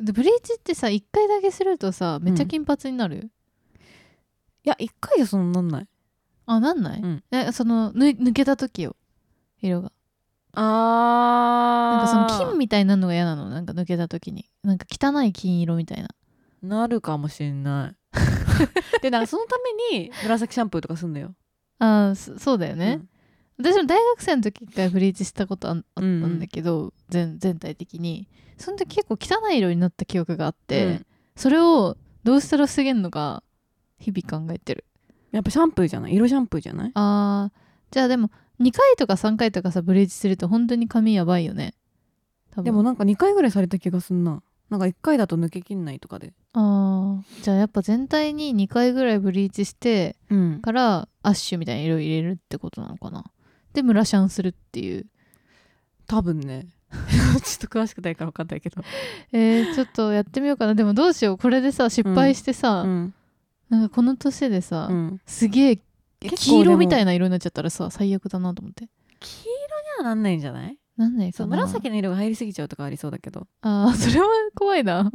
でブリーチってさ一回だけするとさめっちゃ金髪になる、いや一回でそんなんなんないあなんない、うんえその抜抜けた時よ色があなんかその金金みたいになるのが嫌なのなんか抜けた時になんか汚い金色みたいななるかもしれない でなんかそのために紫シャンプーとかすんのよ、あーそそうだよね、私も大学生の時一回ブリーチしたことあんあったうんうんんだけど、全全体的にその時結構汚い色になった記憶があっうん、で、て、それをどうしたら防げんのか日々考えてるやっぱシャンプーじゃない色シャンプーじゃないあーじゃあでも2回とか3回とかさブリーチすると本当に髪やばいよね多分でもなんか2回ぐらいされた気がすんななんか1回だと抜けきんないとかであーじゃあやっぱ全体に2回ぐらいブリーチしてうんからアッシュみたいな色入れるってことなのかなでムラシャンするっていう多分ね ちょっと詳しくないから分かんないけど、えー、ちょっとやってみようかなでもどうしようこれでさ失敗してさ、うんなんかこの年でさ、うん、すげえ結構黄でも色みたいな色になっちゃったらさ最悪だなと思って黄色にはなんないんじゃないなんでかそうな紫の色が入りすぎちゃうとかありそうだけどああそれは怖いな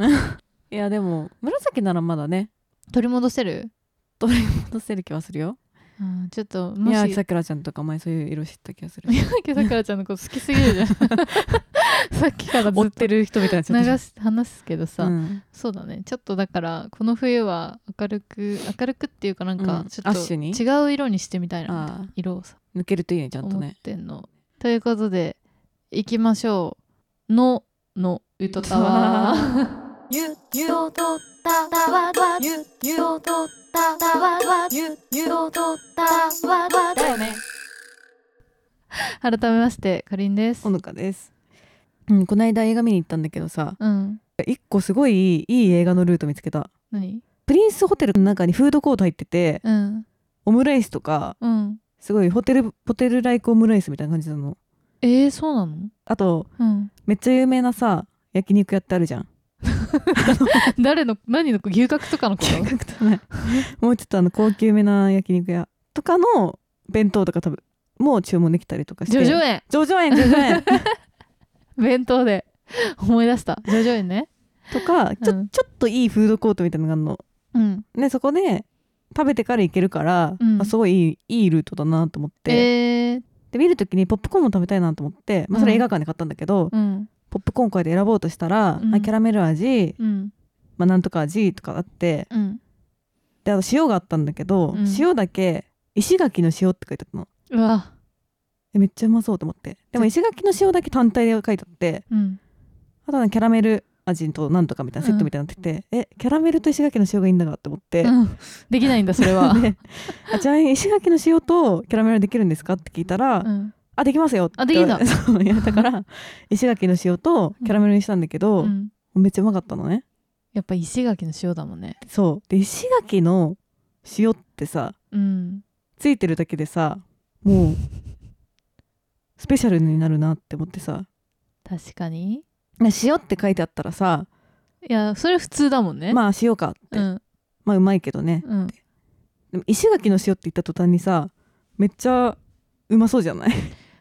いやでも紫ならまだね取り戻せる取り戻せる気はするよあーちょっとも宮し脇さくらちゃんとか前そういう色知った気が する宮脇さくらちゃんのこと好きすぎる じゃんさっきからずっとる人みたいになっちゃっ流す話すけどさ、たうんそうだねちょっとだからこの冬は明るく明るくっていうかなんかうんちょアっッシとュに違う色にしてみたいなああ色をさ抜けるといいねちゃんと思っねてんの。ということでいきましょう。ののうとたわ ゆゆとったたわわゆゆとったたわわゆゆとったわわだよね改めましてかりんですほ。のかですうん、この間映画見に行ったんだけどさうん。一個すごいいいいい映画のルート見つけた何？プリンスホテルの中にフードコート入っててうんオムライスとかうん。すごいホテルホテルライクオムライスみたいな感じなのえー、そうなの？あとうん。 めっちゃ有名なさ焼肉やってあるじゃん誰の何の牛角とかのこと？見学とない もうちょっとあの高級めな焼肉屋とかの弁当とか多分もう注文できたりとかしジてョジョ園ジョジョ園ジョジョ 園弁当で思い出した。ジョジョ園ね。とかちょ,、うんちょっといいフードコートみたいなのがあるのうん。ねそこで食べてから行けるから、うんあすごいいいいいルートだなと思って、えー、で見る時にポップコーンも食べたいなと思って、まあ、それ映画館で買ったんだけど、うんポップコーンこうやって選ぼうとしたら、うんあキャラメル味、うんまあ、なんとか味とかあってうん。であと塩があったんだけど、うん塩だけ石垣の塩って書いてあったの。うわ。えめっちゃうまそうと思ってでも石垣の塩だけ単体で書いてあってうん。あとはキャラメル味となんとかみたいなセットみたいになってて、えキャラメルと石垣の塩がいいんだなって思って、。うん、できないんだそれは であちなみに石垣の塩とキャラメルできるんですかって聞いたら、うん。あできますよって あできたそういやだから石垣の塩とキャラメルにしたんだけど、うん。めっちゃうまかったのねやっぱ石垣の塩だもんね。そうで石垣の塩ってさうん。ついてるだけでさもうスペシャルになるなって思ってさ確かに。な塩って書いてあったらさいやそれ普通だもんね。まあ塩かって、うんまあうまいけどねうん。でも石垣の塩って言った途端にさめっちゃうまそうじゃない、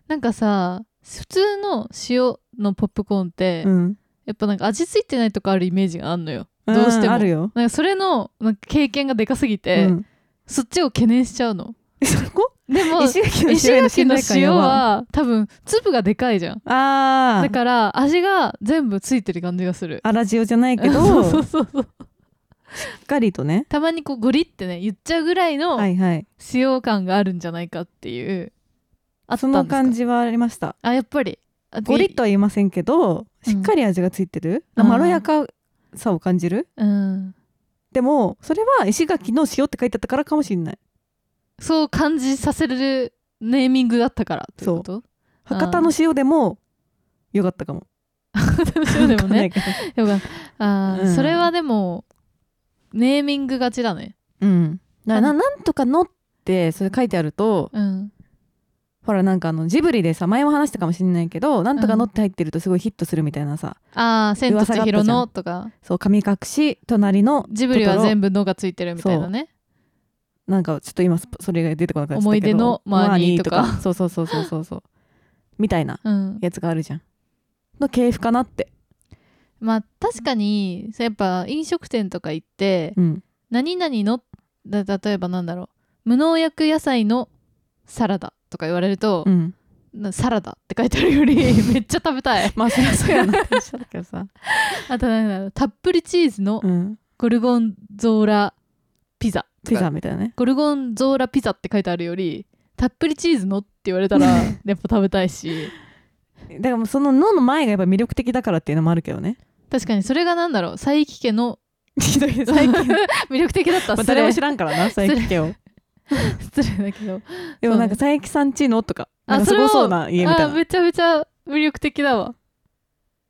なんかさ普通の塩のポップコーンって、うん、やっぱなんか味付いてないとかあるイメージがあんのよ。どうしてんも。あるよ、なんかそれのなんか経験がでかすぎて、うん、 そっちを懸念しちゃうの。えそこでも 石垣の石塩への垣信の頼感や塩ばは多分粒がでかいじゃん。あだーから味が全部ついてる感じがする。あら塩じゃないけ そどうそうしそうそう。っかりとねたまにこうゴリってね言っちゃうぐらいのはいはい使用感があるんじゃないかっていう。あったそんですかの感じはありましたあやっぱり。あゴリッとは言いませんけどうんしっかり味がついてる、あーまろやかさを感じるうん。でもそれは石垣の塩って書いてあったからかもしれないそう感じさせるネーミングだったからということ博多の塩でもよかったかも そうでもねわかんないけでもあー、うんそれはでもネーミング勝ちだねどうんなななんとかのってそれ書いてあるとうんほらなんかあのジブリでさ前も話したかもしれないけどなんとかのって入ってるとすごいヒットするみたいなさ、ああ「千と千尋噂があの」っとかそう神隠し隣のジブリはトトロ全部「の」がついてるみたいなねなんかちょっと今スポそれが出てこなかったけど思い出のマーニーとかマそうそうそうそうそうそうみたいなうんやつがあるじゃんの系譜かなってまあ確かにそうやっぱ飲食店とか行ってうん何々のだ例えばなんだろう無農薬野菜のサラダとか言われると、うんなサラダって書いてあるより めっちゃ食べたいまあそりゃそうやな一緒だけどさ、あと何だろうたっぷりチーズのうん、ゴルゴンゾーラピザとピかザみたいなねゴルゴンゾーラピザって書いてあるよりたっぷりチーズのって言われたらやっぱ食べたいしだからもうその「の」の前がやっぱ魅力的だからっていうのもあるけどね確かにそれがなんだろう佐伯家のひどい最近、 ま魅力的だったあ、ら誰も知らんからな佐伯家を失礼だけどでもなんか佐伯さんちのとかなんかすれごをそうな家みたあいなめちゃめちゃ魅力的だわ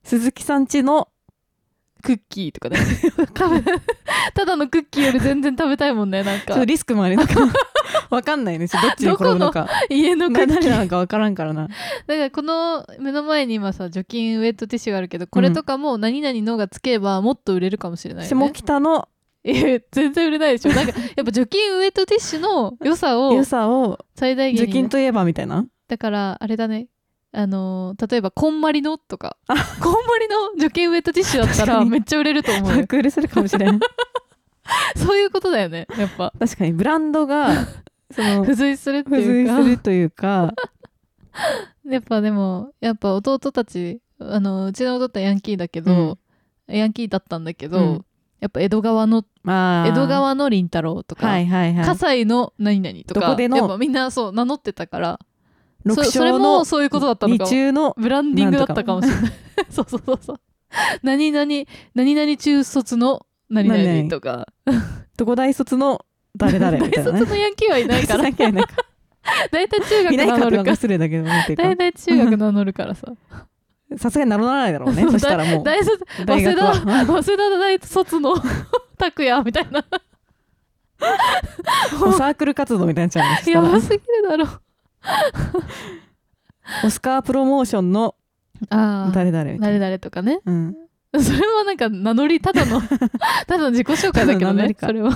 鈴木さんちのクッキーとかね多分 ただのクッキーより全然食べたいもんねなんちょっとかリスクもありなんかわかんないねどっちに転ぶのか家のクッ誰キーなのかわからんからなだからこの目の前に今さ除菌ウェットティッシュがあるけどこれとかも何々のがつけばもっと売れるかもしれないよ下ね、北のえ全然売れないでしょなんかやっぱ除菌ウェットティッシュの良さを良さを最大限除に菌といえばみたいなだからあれだねあのー例えばこんまりのとかこんまりの除菌ウェットティッシュだった確からにめっちゃ売れると 思うよ爆売れするかも しれんそういうことだよねやっぱ確かにブランド がその付随するって付い随うすかるとい うかやっぱでもやっぱ弟たちあのうちの弟はヤンキーだけど、ヤンキーだったんだけど、うんやっぱ江戸川のまあ江戸川の凛太郎とか、はいはいはい葛西の何々とかどこでのやっぱみんなそう名乗ってたからそ六それも章のそういうことだったのか二も中のブランディングだったかもしれないそうそうそうそう何々何々中卒の何々とかどこ大卒の誰々みた大いなね卒のヤンキーはい ないから大卒だけなんか大体中い学ない名か 乗ってるなんかか失礼だけどなんていうか大体中学名乗るからささすがにならないだろうねそうそしたらもう大卒早大稲学田は早稲田大卒の 拓也みたいなもうサークル活動みたいになっちゃうんですやかばすぎるだろらオスカープロモーションのああ誰々みた誰い々とかね な、うん、それはなんか名乗りただの ただの自己紹介だけど名乗ねりかそれは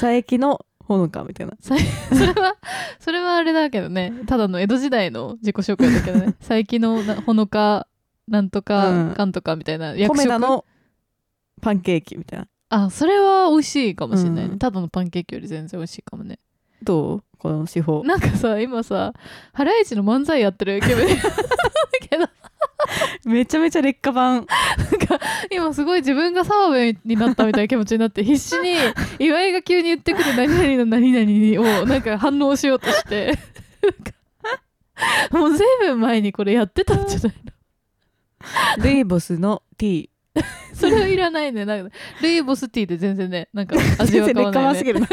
佐伯のほのかみたいなそれは それはあれだけどねただの江戸時代の自己紹介だけど ね佐伯のなほのかなんとうかんかんとかみたいな役米職田のパンケーキみたいなあそれは美味しいかもしれない、ねうんただのパンケーキより全然美味しいかもねどうこの手法なんかさ今さハライチの漫才やってる気分だけど めちゃめちゃ劣化版今すごい自分が澤部になったみたいな気持ちになって必死 に岩井が急に言ってくる何々の何々をなんか反応しようと してなんかもう随分前にこれやってたんじゃないルイボスの T それはいらないねなんかルイボスティーで全然ねなんか味全は然変わ劣化らない、版ねす、ぎるな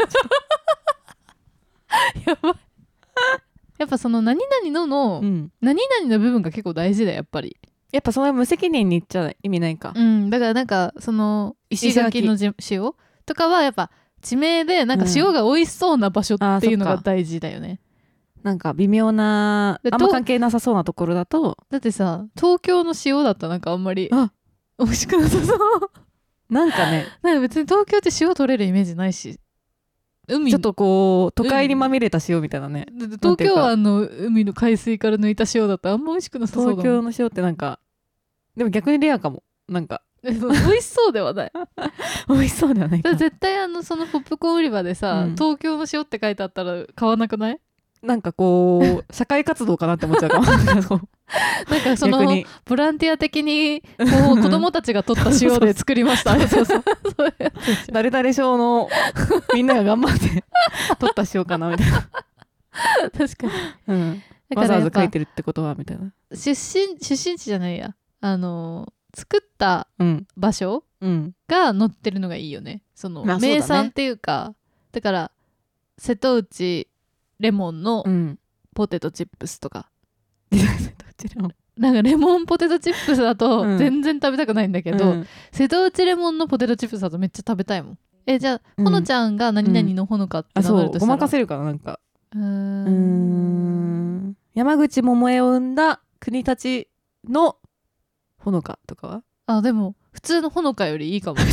やばいやっぱその何々のの、うん何々の部分が結構大事だよやっぱりやっぱその無責任に言っちゃ意味ないかうんだからなんかその石垣のじ塩とかはやっぱ地名でなんか塩が美味しそうな場所っていうのが大事だよね、なんか微妙なであんまどう関係なさそうなところだとだってさ東京の塩だったらなんかあんまりあ美味しくなさそう なんかねなんか別に東京って塩取れるイメージないし海ちょっと こう都会にまみれた塩みたいなね、だって東京湾の海の海水から抜いた塩だったらあんま美味しくなさそうだも東ん京の塩ってなんかでも逆にレアかもなんか美味しそうではない 美味しそうではないだかから絶対あのそのポップコーン売り場でさ、うん東京の塩って書いてあったら買わなくない なんかこう社会活動かなって思っちゃうか もなんかそ逆のにボランティア的に こう子供たちが取った塩で作りましたそうそう そうやつでしょ誰々賞のみんなが頑張って 取った塩かなみたいな、確かにうん、だわかざらやわざっぱ書いてるってことはみたいな出身出身地じゃないやあの作ったうん場所うんが載ってるのがいいよねその、まあそうだね名産っていうかだから瀬戸内レモンの うんポテトチップスとか、どちらもなんかレモンポテトチップスだうとん全然食べたくないんだけど、うん瀬戸内レモンのポテトチップスだとめっちゃ食べたいもんえじゃあ、うんほのちゃんが何々のほのかってあ名乗そるとしうたごら、まかせるかななんかうーんうーん山口百恵を生んだ国立のほのかとかはあでも普通のほのかよりいい かも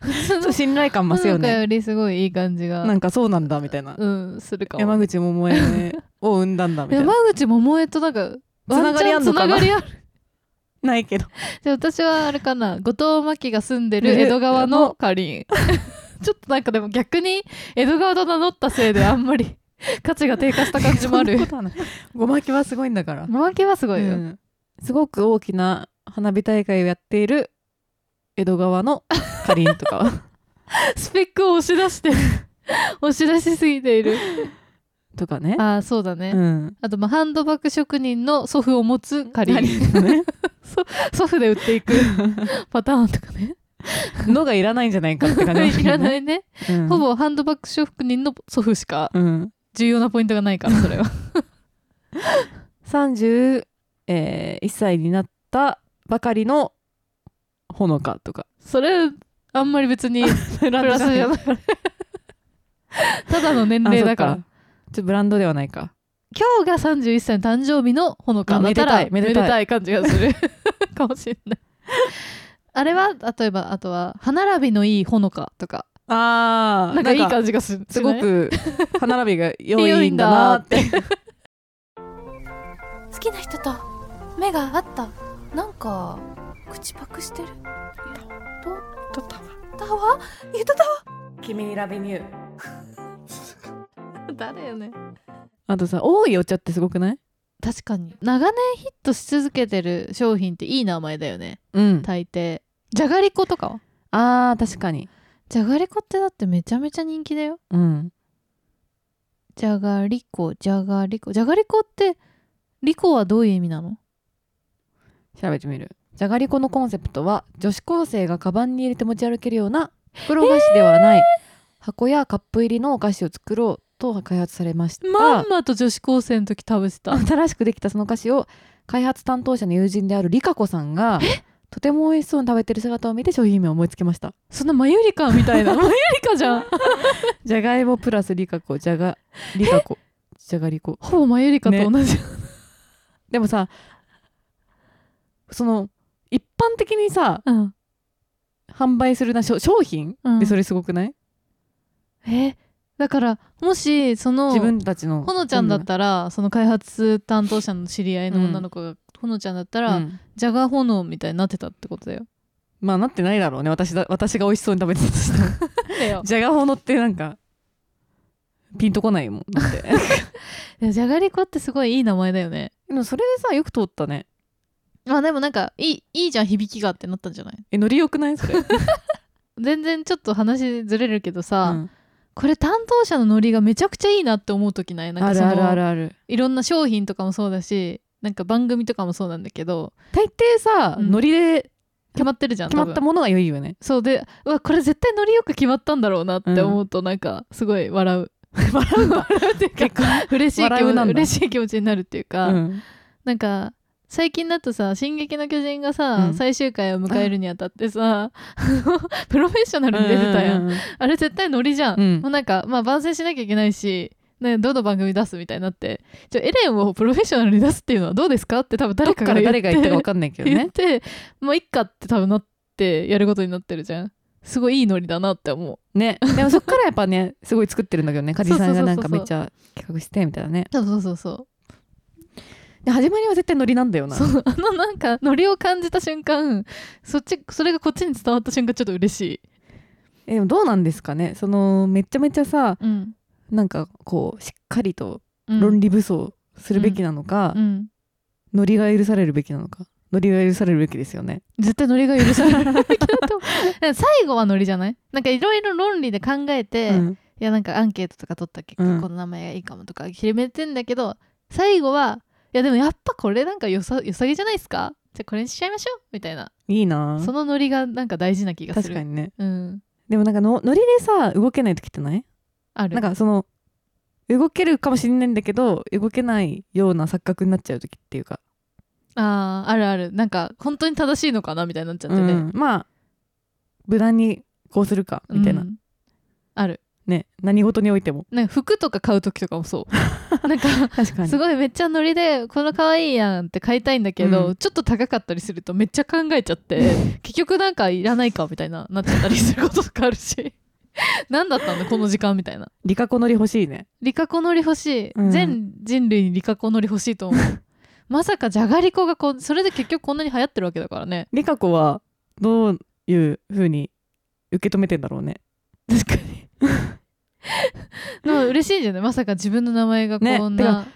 普通ちょっとの信頼感増すよほのかねよりすごいいい感じがなんかそうなんだみたいなうんするかも山口百恵を生んだんだみたいな山口百恵となんかつながりあんのかなワンチャンつながりあるないけどじゃあ私はあれかな後藤真希が住んでるね江戸川のかりん ちょっとなんかでも逆に江戸川と名乗ったせいであんまり価値が低下した感じもあそんる なことはないごまきはすごいんだからごまきはすごいよ、うんすごく大きな花火大会をやっている江戸川のかりんとかは スペックを押し出して押し出しすぎているとかねああそうだね、うんあとまあハンドバッグ職人の祖父を持つかりんのね祖父で売っていくパターンとか ねのがいらないんじゃないかって感 じ、、いらないいね、うん、ほぼハンドバッグ職人の祖父しかうん重要なポイントがないからそれは31歳になったばかりのほのかとかそれあんまり別にブプラスじゃない ただの年齢だからちょっとブランドではないか今日が31歳の誕生日のほのかあだったらめでたいめでたい感じがする かもしれないあれは例えばあとは歯並びのいいほのかとかあなんかいい感じがするすごしない く歯並びが良いんだなって好きな人と目が合ったなんか口パクしてるととたわたわゆとたわ君にラビニュー誰よねあとさ多いお茶ってすごくない確かに長年ヒットし続けてる商品っていい名前だよねうん大抵じゃがりことかはあー確かにじゃがりこってだってめちゃめちゃ人気だようんじゃがりこじゃがりこじゃがりこってりこはどういう意味なの調べてみるじゃがりこのコンセプトは女子高生がカバンに入れて持ち歩けるような袋菓子ではない、箱やカップ入りのお菓子を作ろうと開発されました、まんまと女子高生の時食べてた新しくできたその菓子を開発担当者の友人であるリカ子さんがとても美味しそうに食べてる姿を見て商品名を思いつきましたそんなマユリカみたい なマユリカじゃん じゃがいもプラスリカ子じゃがリカ子じゃがりこほぼマユリカと同じ、でもさその一般的にさうん販売するな商商品うんでそれすごくない、えだからもしその自分たちのほのちゃんだったらその開発担当者の知り合いの女の子が、ほのちゃんだったら、うんじゃがほのみたいになってたってことだよ。まあなってないだろうね私だ私が美味しそうに食べてたとしても だよじゃがほのってなんかピンとこないもんだって でもじゃがりこってすごいいい名前だよね。でもそれでさよく通ったねまあでもなんかいいいいじゃん響きがってなったんじゃないえノリよくないそれ、全然ちょっと話ずれるけどさ、うんこれ担当者のノリがめちゃくちゃいいなって思う時ないなんあかそるのあるあるあるいろんな商品とかもそうだしなんか番組とかもそうなんだけど大抵さ、うんノリで決まってるじゃん決まった多分ものが良いよねそうでうわこれ絶対ノリよく決まったんだろうなって思うとなんかすごい笑う笑うわっていうか結構、嬉しい気笑うな持ちんだ嬉しい気持ちになるっていうか、うんなんか最近だとさ「進撃の巨人」がさ、うん最終回を迎えるにあたってさ プロフェッショナルに出てたやん、うんうんうんあれ絶対ノリじゃん、うんもうなんかまあ番宣しなきゃいけないしね、どの番組出すみたいになってじゃエレンをプロフェッショナルに出すっていうのはどうですかって多分どっ誰かがから言って誰が言ったか分かんないけど言っねてもういっかって多分なってやることになってるじゃんすごいいいノリだなって思うねでもそっからやっぱねすごい作ってるんだけどね梶さんがなんそうそうそうそかうめっちゃ企画してみたいなねそうそうそうそうで始まりは絶対ノリなんだよなそうあのなんかノリを感じた瞬間そっちそれがこっちに伝わった瞬間ちょっと嬉しい、えでもどうなんですかねそのめちゃめちゃさうんなんかこうしっかりとうん、論理武装するべきなのか、うんノリが許されるべきなのかノリが許されるべきですよね絶対ノリが許され ない最後はノリじゃないなんかいろいろ論理で考えて、ういんやなんかアンケートとか取った結果、うんこの名前がいいかもとか決めてんだけど最後はいやでもやっぱこれなんかよさよさげじゃないですかじゃあこれにしちゃいましょうみたいないいなそのノリがなんか大事な気がする確かにねうんでもなんかのノリでさ動けない時ってないあるなんかその動けるかもしれないんだけど動けないような錯覚になっちゃう時っていうか、あーあるあるなんか本当に正しいのかなみたいになっちゃってね、うんまあ無難にこうするかみたいな、うんあるね何事においてもなんか服とか買う時とかもそう なんか確かすごいめっちゃノリでこの可愛いやんって買いたいんだけど、うんちょっと高かったりするとめっちゃ考えちゃって結局なんかいらないかみたいななっちゃったりすることとかあるし 何だったんだこの時間みたいなリカコノリ欲しいねリカコノリ欲しい、うん 全人類にリカコノリ欲しいと思うまさかじゃがりこがこうそれで結局こんなに流行ってるわけだからねリカ子はどういうふうに受け止めてんだろうね確かにでも嬉しいじゃないまさか自分の名前がこんねてなか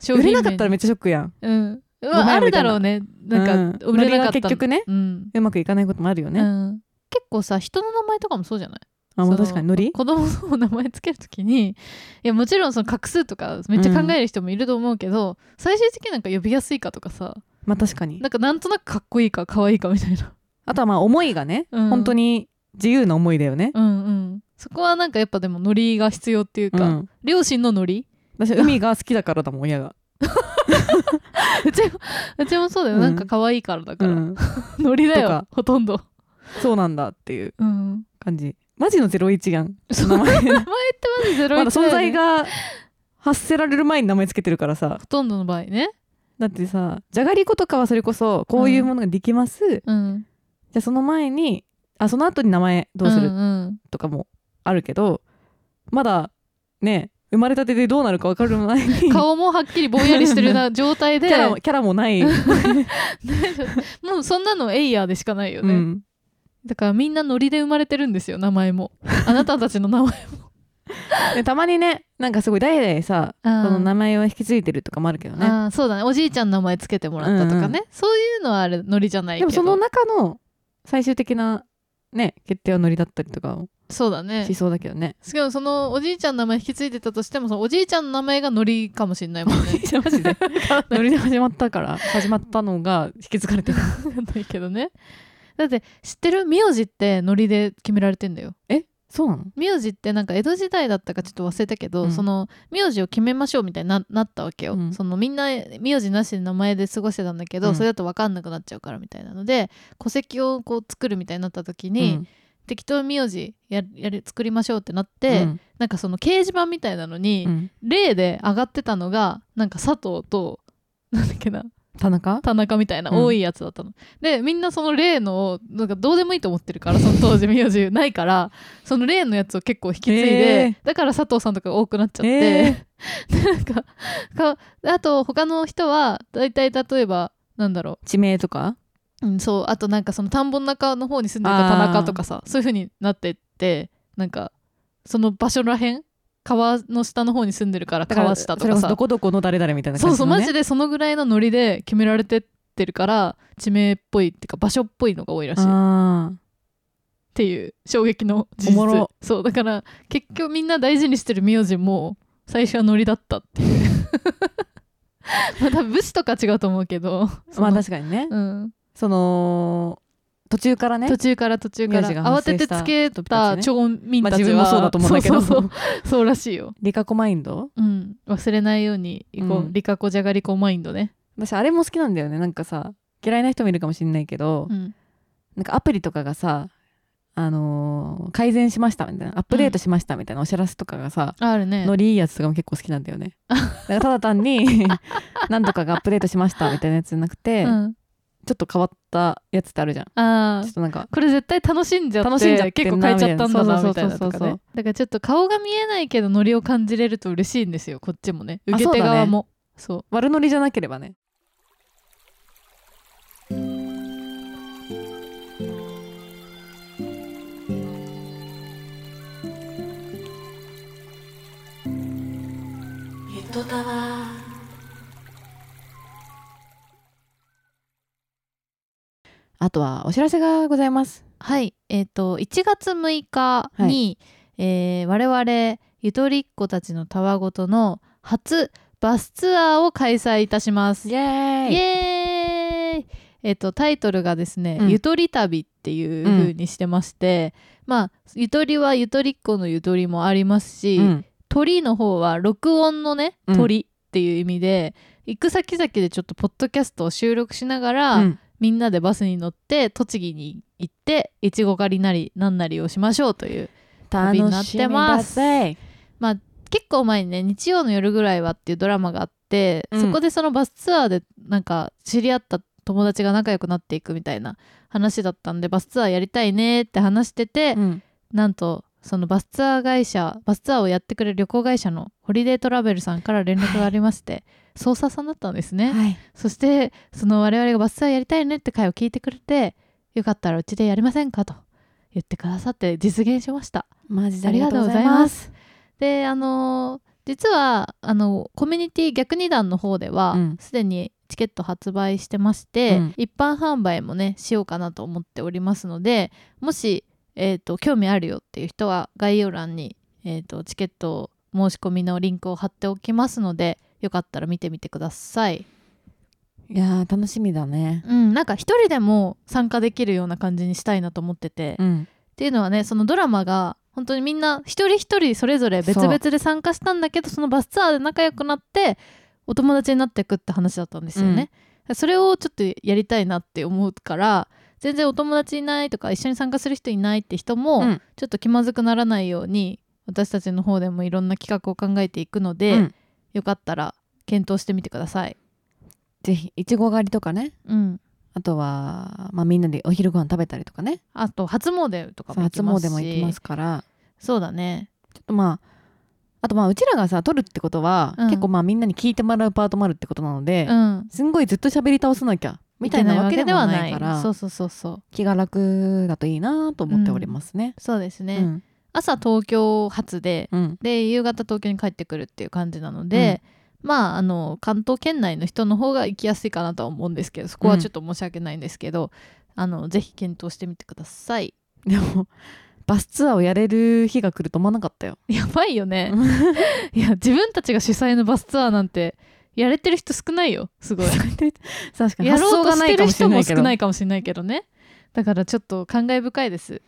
商売品れ名なかったらにめっちゃショックやんうんうごわめんあるだろうねなんかうん売れなかったノリが結局ねうんうまくいかないこともあるよね、うん結構さ人の名前とかもそうじゃないあもうその確かにノリ子供の名前つけるときにいやもちろんその画数とかめっちゃ考える人もいると思うけど、最終的になんか呼びやすいかとかさまあ確かになんかなんとなくかっこいいかかわいいかみたいなあとはまあ思いがね、うん本当に自由な思いだよね、うんうんそこはなんかやっぱでもノリが必要っていうか、うん両親のノリ私は海が好きだからだもん親が、うちもうちもそうだよ、うんなんか可愛いからだうから、ん、ノリだとよかほとんどそうなんだっていううん感じマジの01やんそう名 前名前ってまずゼロまだ一だよね存在が発せられる前に名前つけてるからさほとんどの場合ねだってさじゃがりことかはそれこそこういうものができます、じうんゃあその前にあその後に名前どうすんるんとかもあるけど、まだね生まれたてでどうなるか分かる前に 顔もはっきりぼんやりしてるな状態キでャラもキャラもない、もうそんなのエイヤーでしかないようね、ん、だからみんなノリで生まれてるんですよ名前 もあなたたちの名前でたまにねなんかすごい代々さあそーの名前を引き継いでるとかもあるけどねあーそうだねおじいちゃんの名前つけてもらったとかうんうね、そういうのはあれノリじゃないけでどもその中の最終的なね決定はノリだったりとかをそうだねしそうだけどね、しかもそのおじいちゃんの名前引き継いでたとしてもそのおじいちゃんの名前がノリかもしれないもんね マジでノリで始まったから始まったのが引き継がれてるわかんないけどねだって知ってる名字ってノリで決められてんだよそうなの名字ってなんか江戸時代だったかちょっと忘れたけど、うんその名字を決めましょうみたいにななったわけよ、うんそのみんな名字なしで名前で過ごしてたんだけど、うんそれだと分かんなくなっちゃうからみたいなので戸籍をこう作るみたいになった時に、うん適当に名字ややる作りましょうってなって、うんなんかその掲示板みたいなのに、うん例で上がってたのがなんか佐藤となんだっけな田中田中みたいなうん多いやつだったの、でみんなその例のをなんかどうでもいいと思ってるからその当時名字ないからその例のやつを結構引き継いで、えだから佐藤さんとかが多くなっちゃって、えで なんかかあと他の人は大体例えばなんだろ地名とかう、うん、そうあとなんかその田んぼの中の方に住んでた田中とかさそういう風になってってなんかその場所らへん川の下の方に住んでるから川下とそれかこさそどこどこの誰々みたいなそ感うじそうの、ね、マジでそのぐらいのノリで決められてってるから地名っぽいっていうか場所っぽいのが多いらしいっあていう衝撃の事実おもろそうだから結局みんな大事にしてる名字も最初はノリだったっていう まあ多分武士とか違うと思うけどーまあその確かにね、うん、その途中からね途中から途中から名字が慌発て生てしたつけた町民まあたち自は、分もそうだと思うんだけどそうそうそうそうらしいよ、 リカコマインドうん、忘れないように行こう、うんリカコじゃがりこマインドね、私あれも好きなんだよねなんかさ嫌いな人もいるかもしれないけど、うん、なんかアプリとかがさあのー改善しましたみたいなアップデートしましたみたいなお知らせとかがさ、あるねノリいいやつとかも結構好きなんだ よね。だからただ単に なんとかがアップデートしましたみたいなやつじゃなくて、うん、ちょっと変わったやつってあるじゃん。ちああょっとなんかこれ絶対楽しんじゃって楽しんじゃって結ん構な変えちゃったんだなみたみたいいななとそうそうそうそうかねだからちょっと顔が見えないけどノリを感じれると嬉しいんですよこっちもね受け手側もそう,、悪ノリじゃなければね。ゆとたわあとはお知らせがございます。はいえっ、と1月6日に、えー我々ゆとりっ子たちのたわごとの初バスツアーを開催いたしますエーイエーイえっと、タイトルがですね「うんゆとり旅」っていう風にしてまして、まあゆとりはゆとりっ子のゆとりもありますし、うん鳥の方は録音のねうん鳥っていう意味で、行く先々でちょっとポッドキャストを収録しながら、うんみんなでバスに乗って栃木に行っていちご狩りなりなんなりをしましょうという楽旅になってますしみだぜ結構前にね日曜の夜ぐらいはっていうドラマがあって、うんそこでそのバスツアーでなんか知り合った友達が仲良くなっていくみたいな話だったんでバスツアーやりたいねって話してて、うんなんとそのバス ツアー会社バスツアーをやってくれる旅行会社のホリデートラベルさんから連絡がありまして操作さんだったんですね、はい、そしてその我々がバスツアーやりたいねって回を聞いてくれてよかったらうちでやりませんかと言ってくださって実現しましたマジであありりががととううごござざいいまますす。であの実はあのコミュニティ逆二段の方ではうんすで、にチケット発売してまして、うん一般販売もねしようかなと思っておりますのでもし、えー、と興味あるよっていう人は概要欄に、えー、とチケット申し込みのリンクを貼っておきますのでよかったら見てみてください。いやー楽しみだね。うん、なんか一人でも参加できるような感じにしたいなと思ってて、うん、っていうのはねそのドラマが本当にみんな一人一人それぞれ別々で参加したんだけどそのバスツアーで仲良くなってお友達になっていくって話だったんですよね、それをちょっとやりたいなって思うから全然お友達いないとか一緒に参加する人いないって人も、うんちょっと気まずくならないように私たちの方でもいろんな企画を考えていくので、うんよかったら検討してみてください。ぜひいちご狩りとかね、うん、あとはまあみんなでお昼ご飯食べたりとかね、あと初詣とかそうも行初きますし詣も行きますから、そうだねちょっとまああとまあうちらがさ撮るってことは、うん結構まあみんなに聞いてもらうパートもあるってことなので、うんすんごいずっと喋り倒さなきゃみたいなわけではないからそうそうそうそう気が楽だといいなと思っておりますね。そうですね、うん朝東京発でうんで夕方東京に帰ってくるっていう感じなので、まああの関東圏内の人の方が行きやすいかなとは思うんですけどそこはちょっと申し訳ないんですけど、あのぜひ検討してみてください でもバスツアーをやれる日が来ると思わなかったよ。やばいよ ねいや自分たちが主催のバスツアーなんてやれてる人少ないよ すごい確かにや発ろ想うとがしなていかるもし人れなもいけ少どないかもしれないけどねだからちょっと感慨深いです、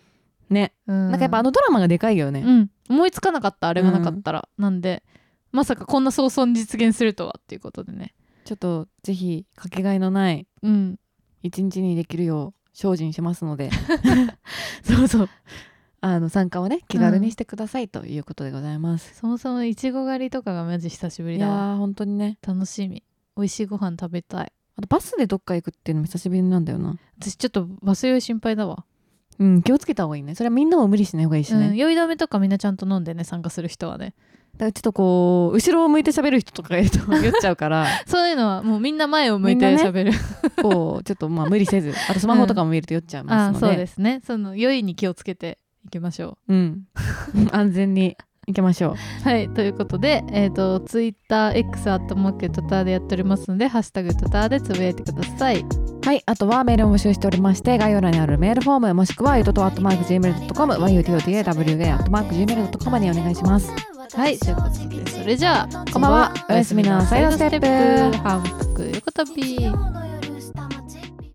ねうん、なんかやっぱあのドラマがでかいよね。うん、思いつかなかったあれがなかったら、なんでまさかこんな早々に実現するとはっていうことでねちょっとぜひかけがえのないうん 一日にできるよう精進しますのでそうそうあの参加をね気軽にしてくださいということでございます。そもそもいちご狩りとかがマジ久しぶりいだやわー本当にね楽しみ美味しいご飯食べたいあとバスでどっか行くっていうのも久しぶりなんだよな。私ちょっとバス酔い心配だわ、うん気をつけた方がいいねそれはみんなも無理しない方がいいしうね。ん、酔い止めとかみんなちゃんと飲んでね参加する人はねだからちょっとこう後ろを向いて喋る人とかがいると酔っちゃうからそういうのはもうみんな前を向いてみんなね喋る、こうちょっとまあ無理せ ずあとスマホとかも見ると酔っちゃいあ まあすそのうで,、ですねその酔いに気をつけていきましょううん、 安全に行きましょうはい、ということで、えー、と TwitterX アットマークトターでやっておりますので「ハッシュタグトター」でつぶやいてください。はいあとはメールを募集しておりまして概要欄にあるメールフォームもしくはゆとと atmarkgmail.com yutotawa.gmail.com にお願いしますはい、ということでそれじゃあこんばんはおやすみなサイドステップ反復横跳び。ー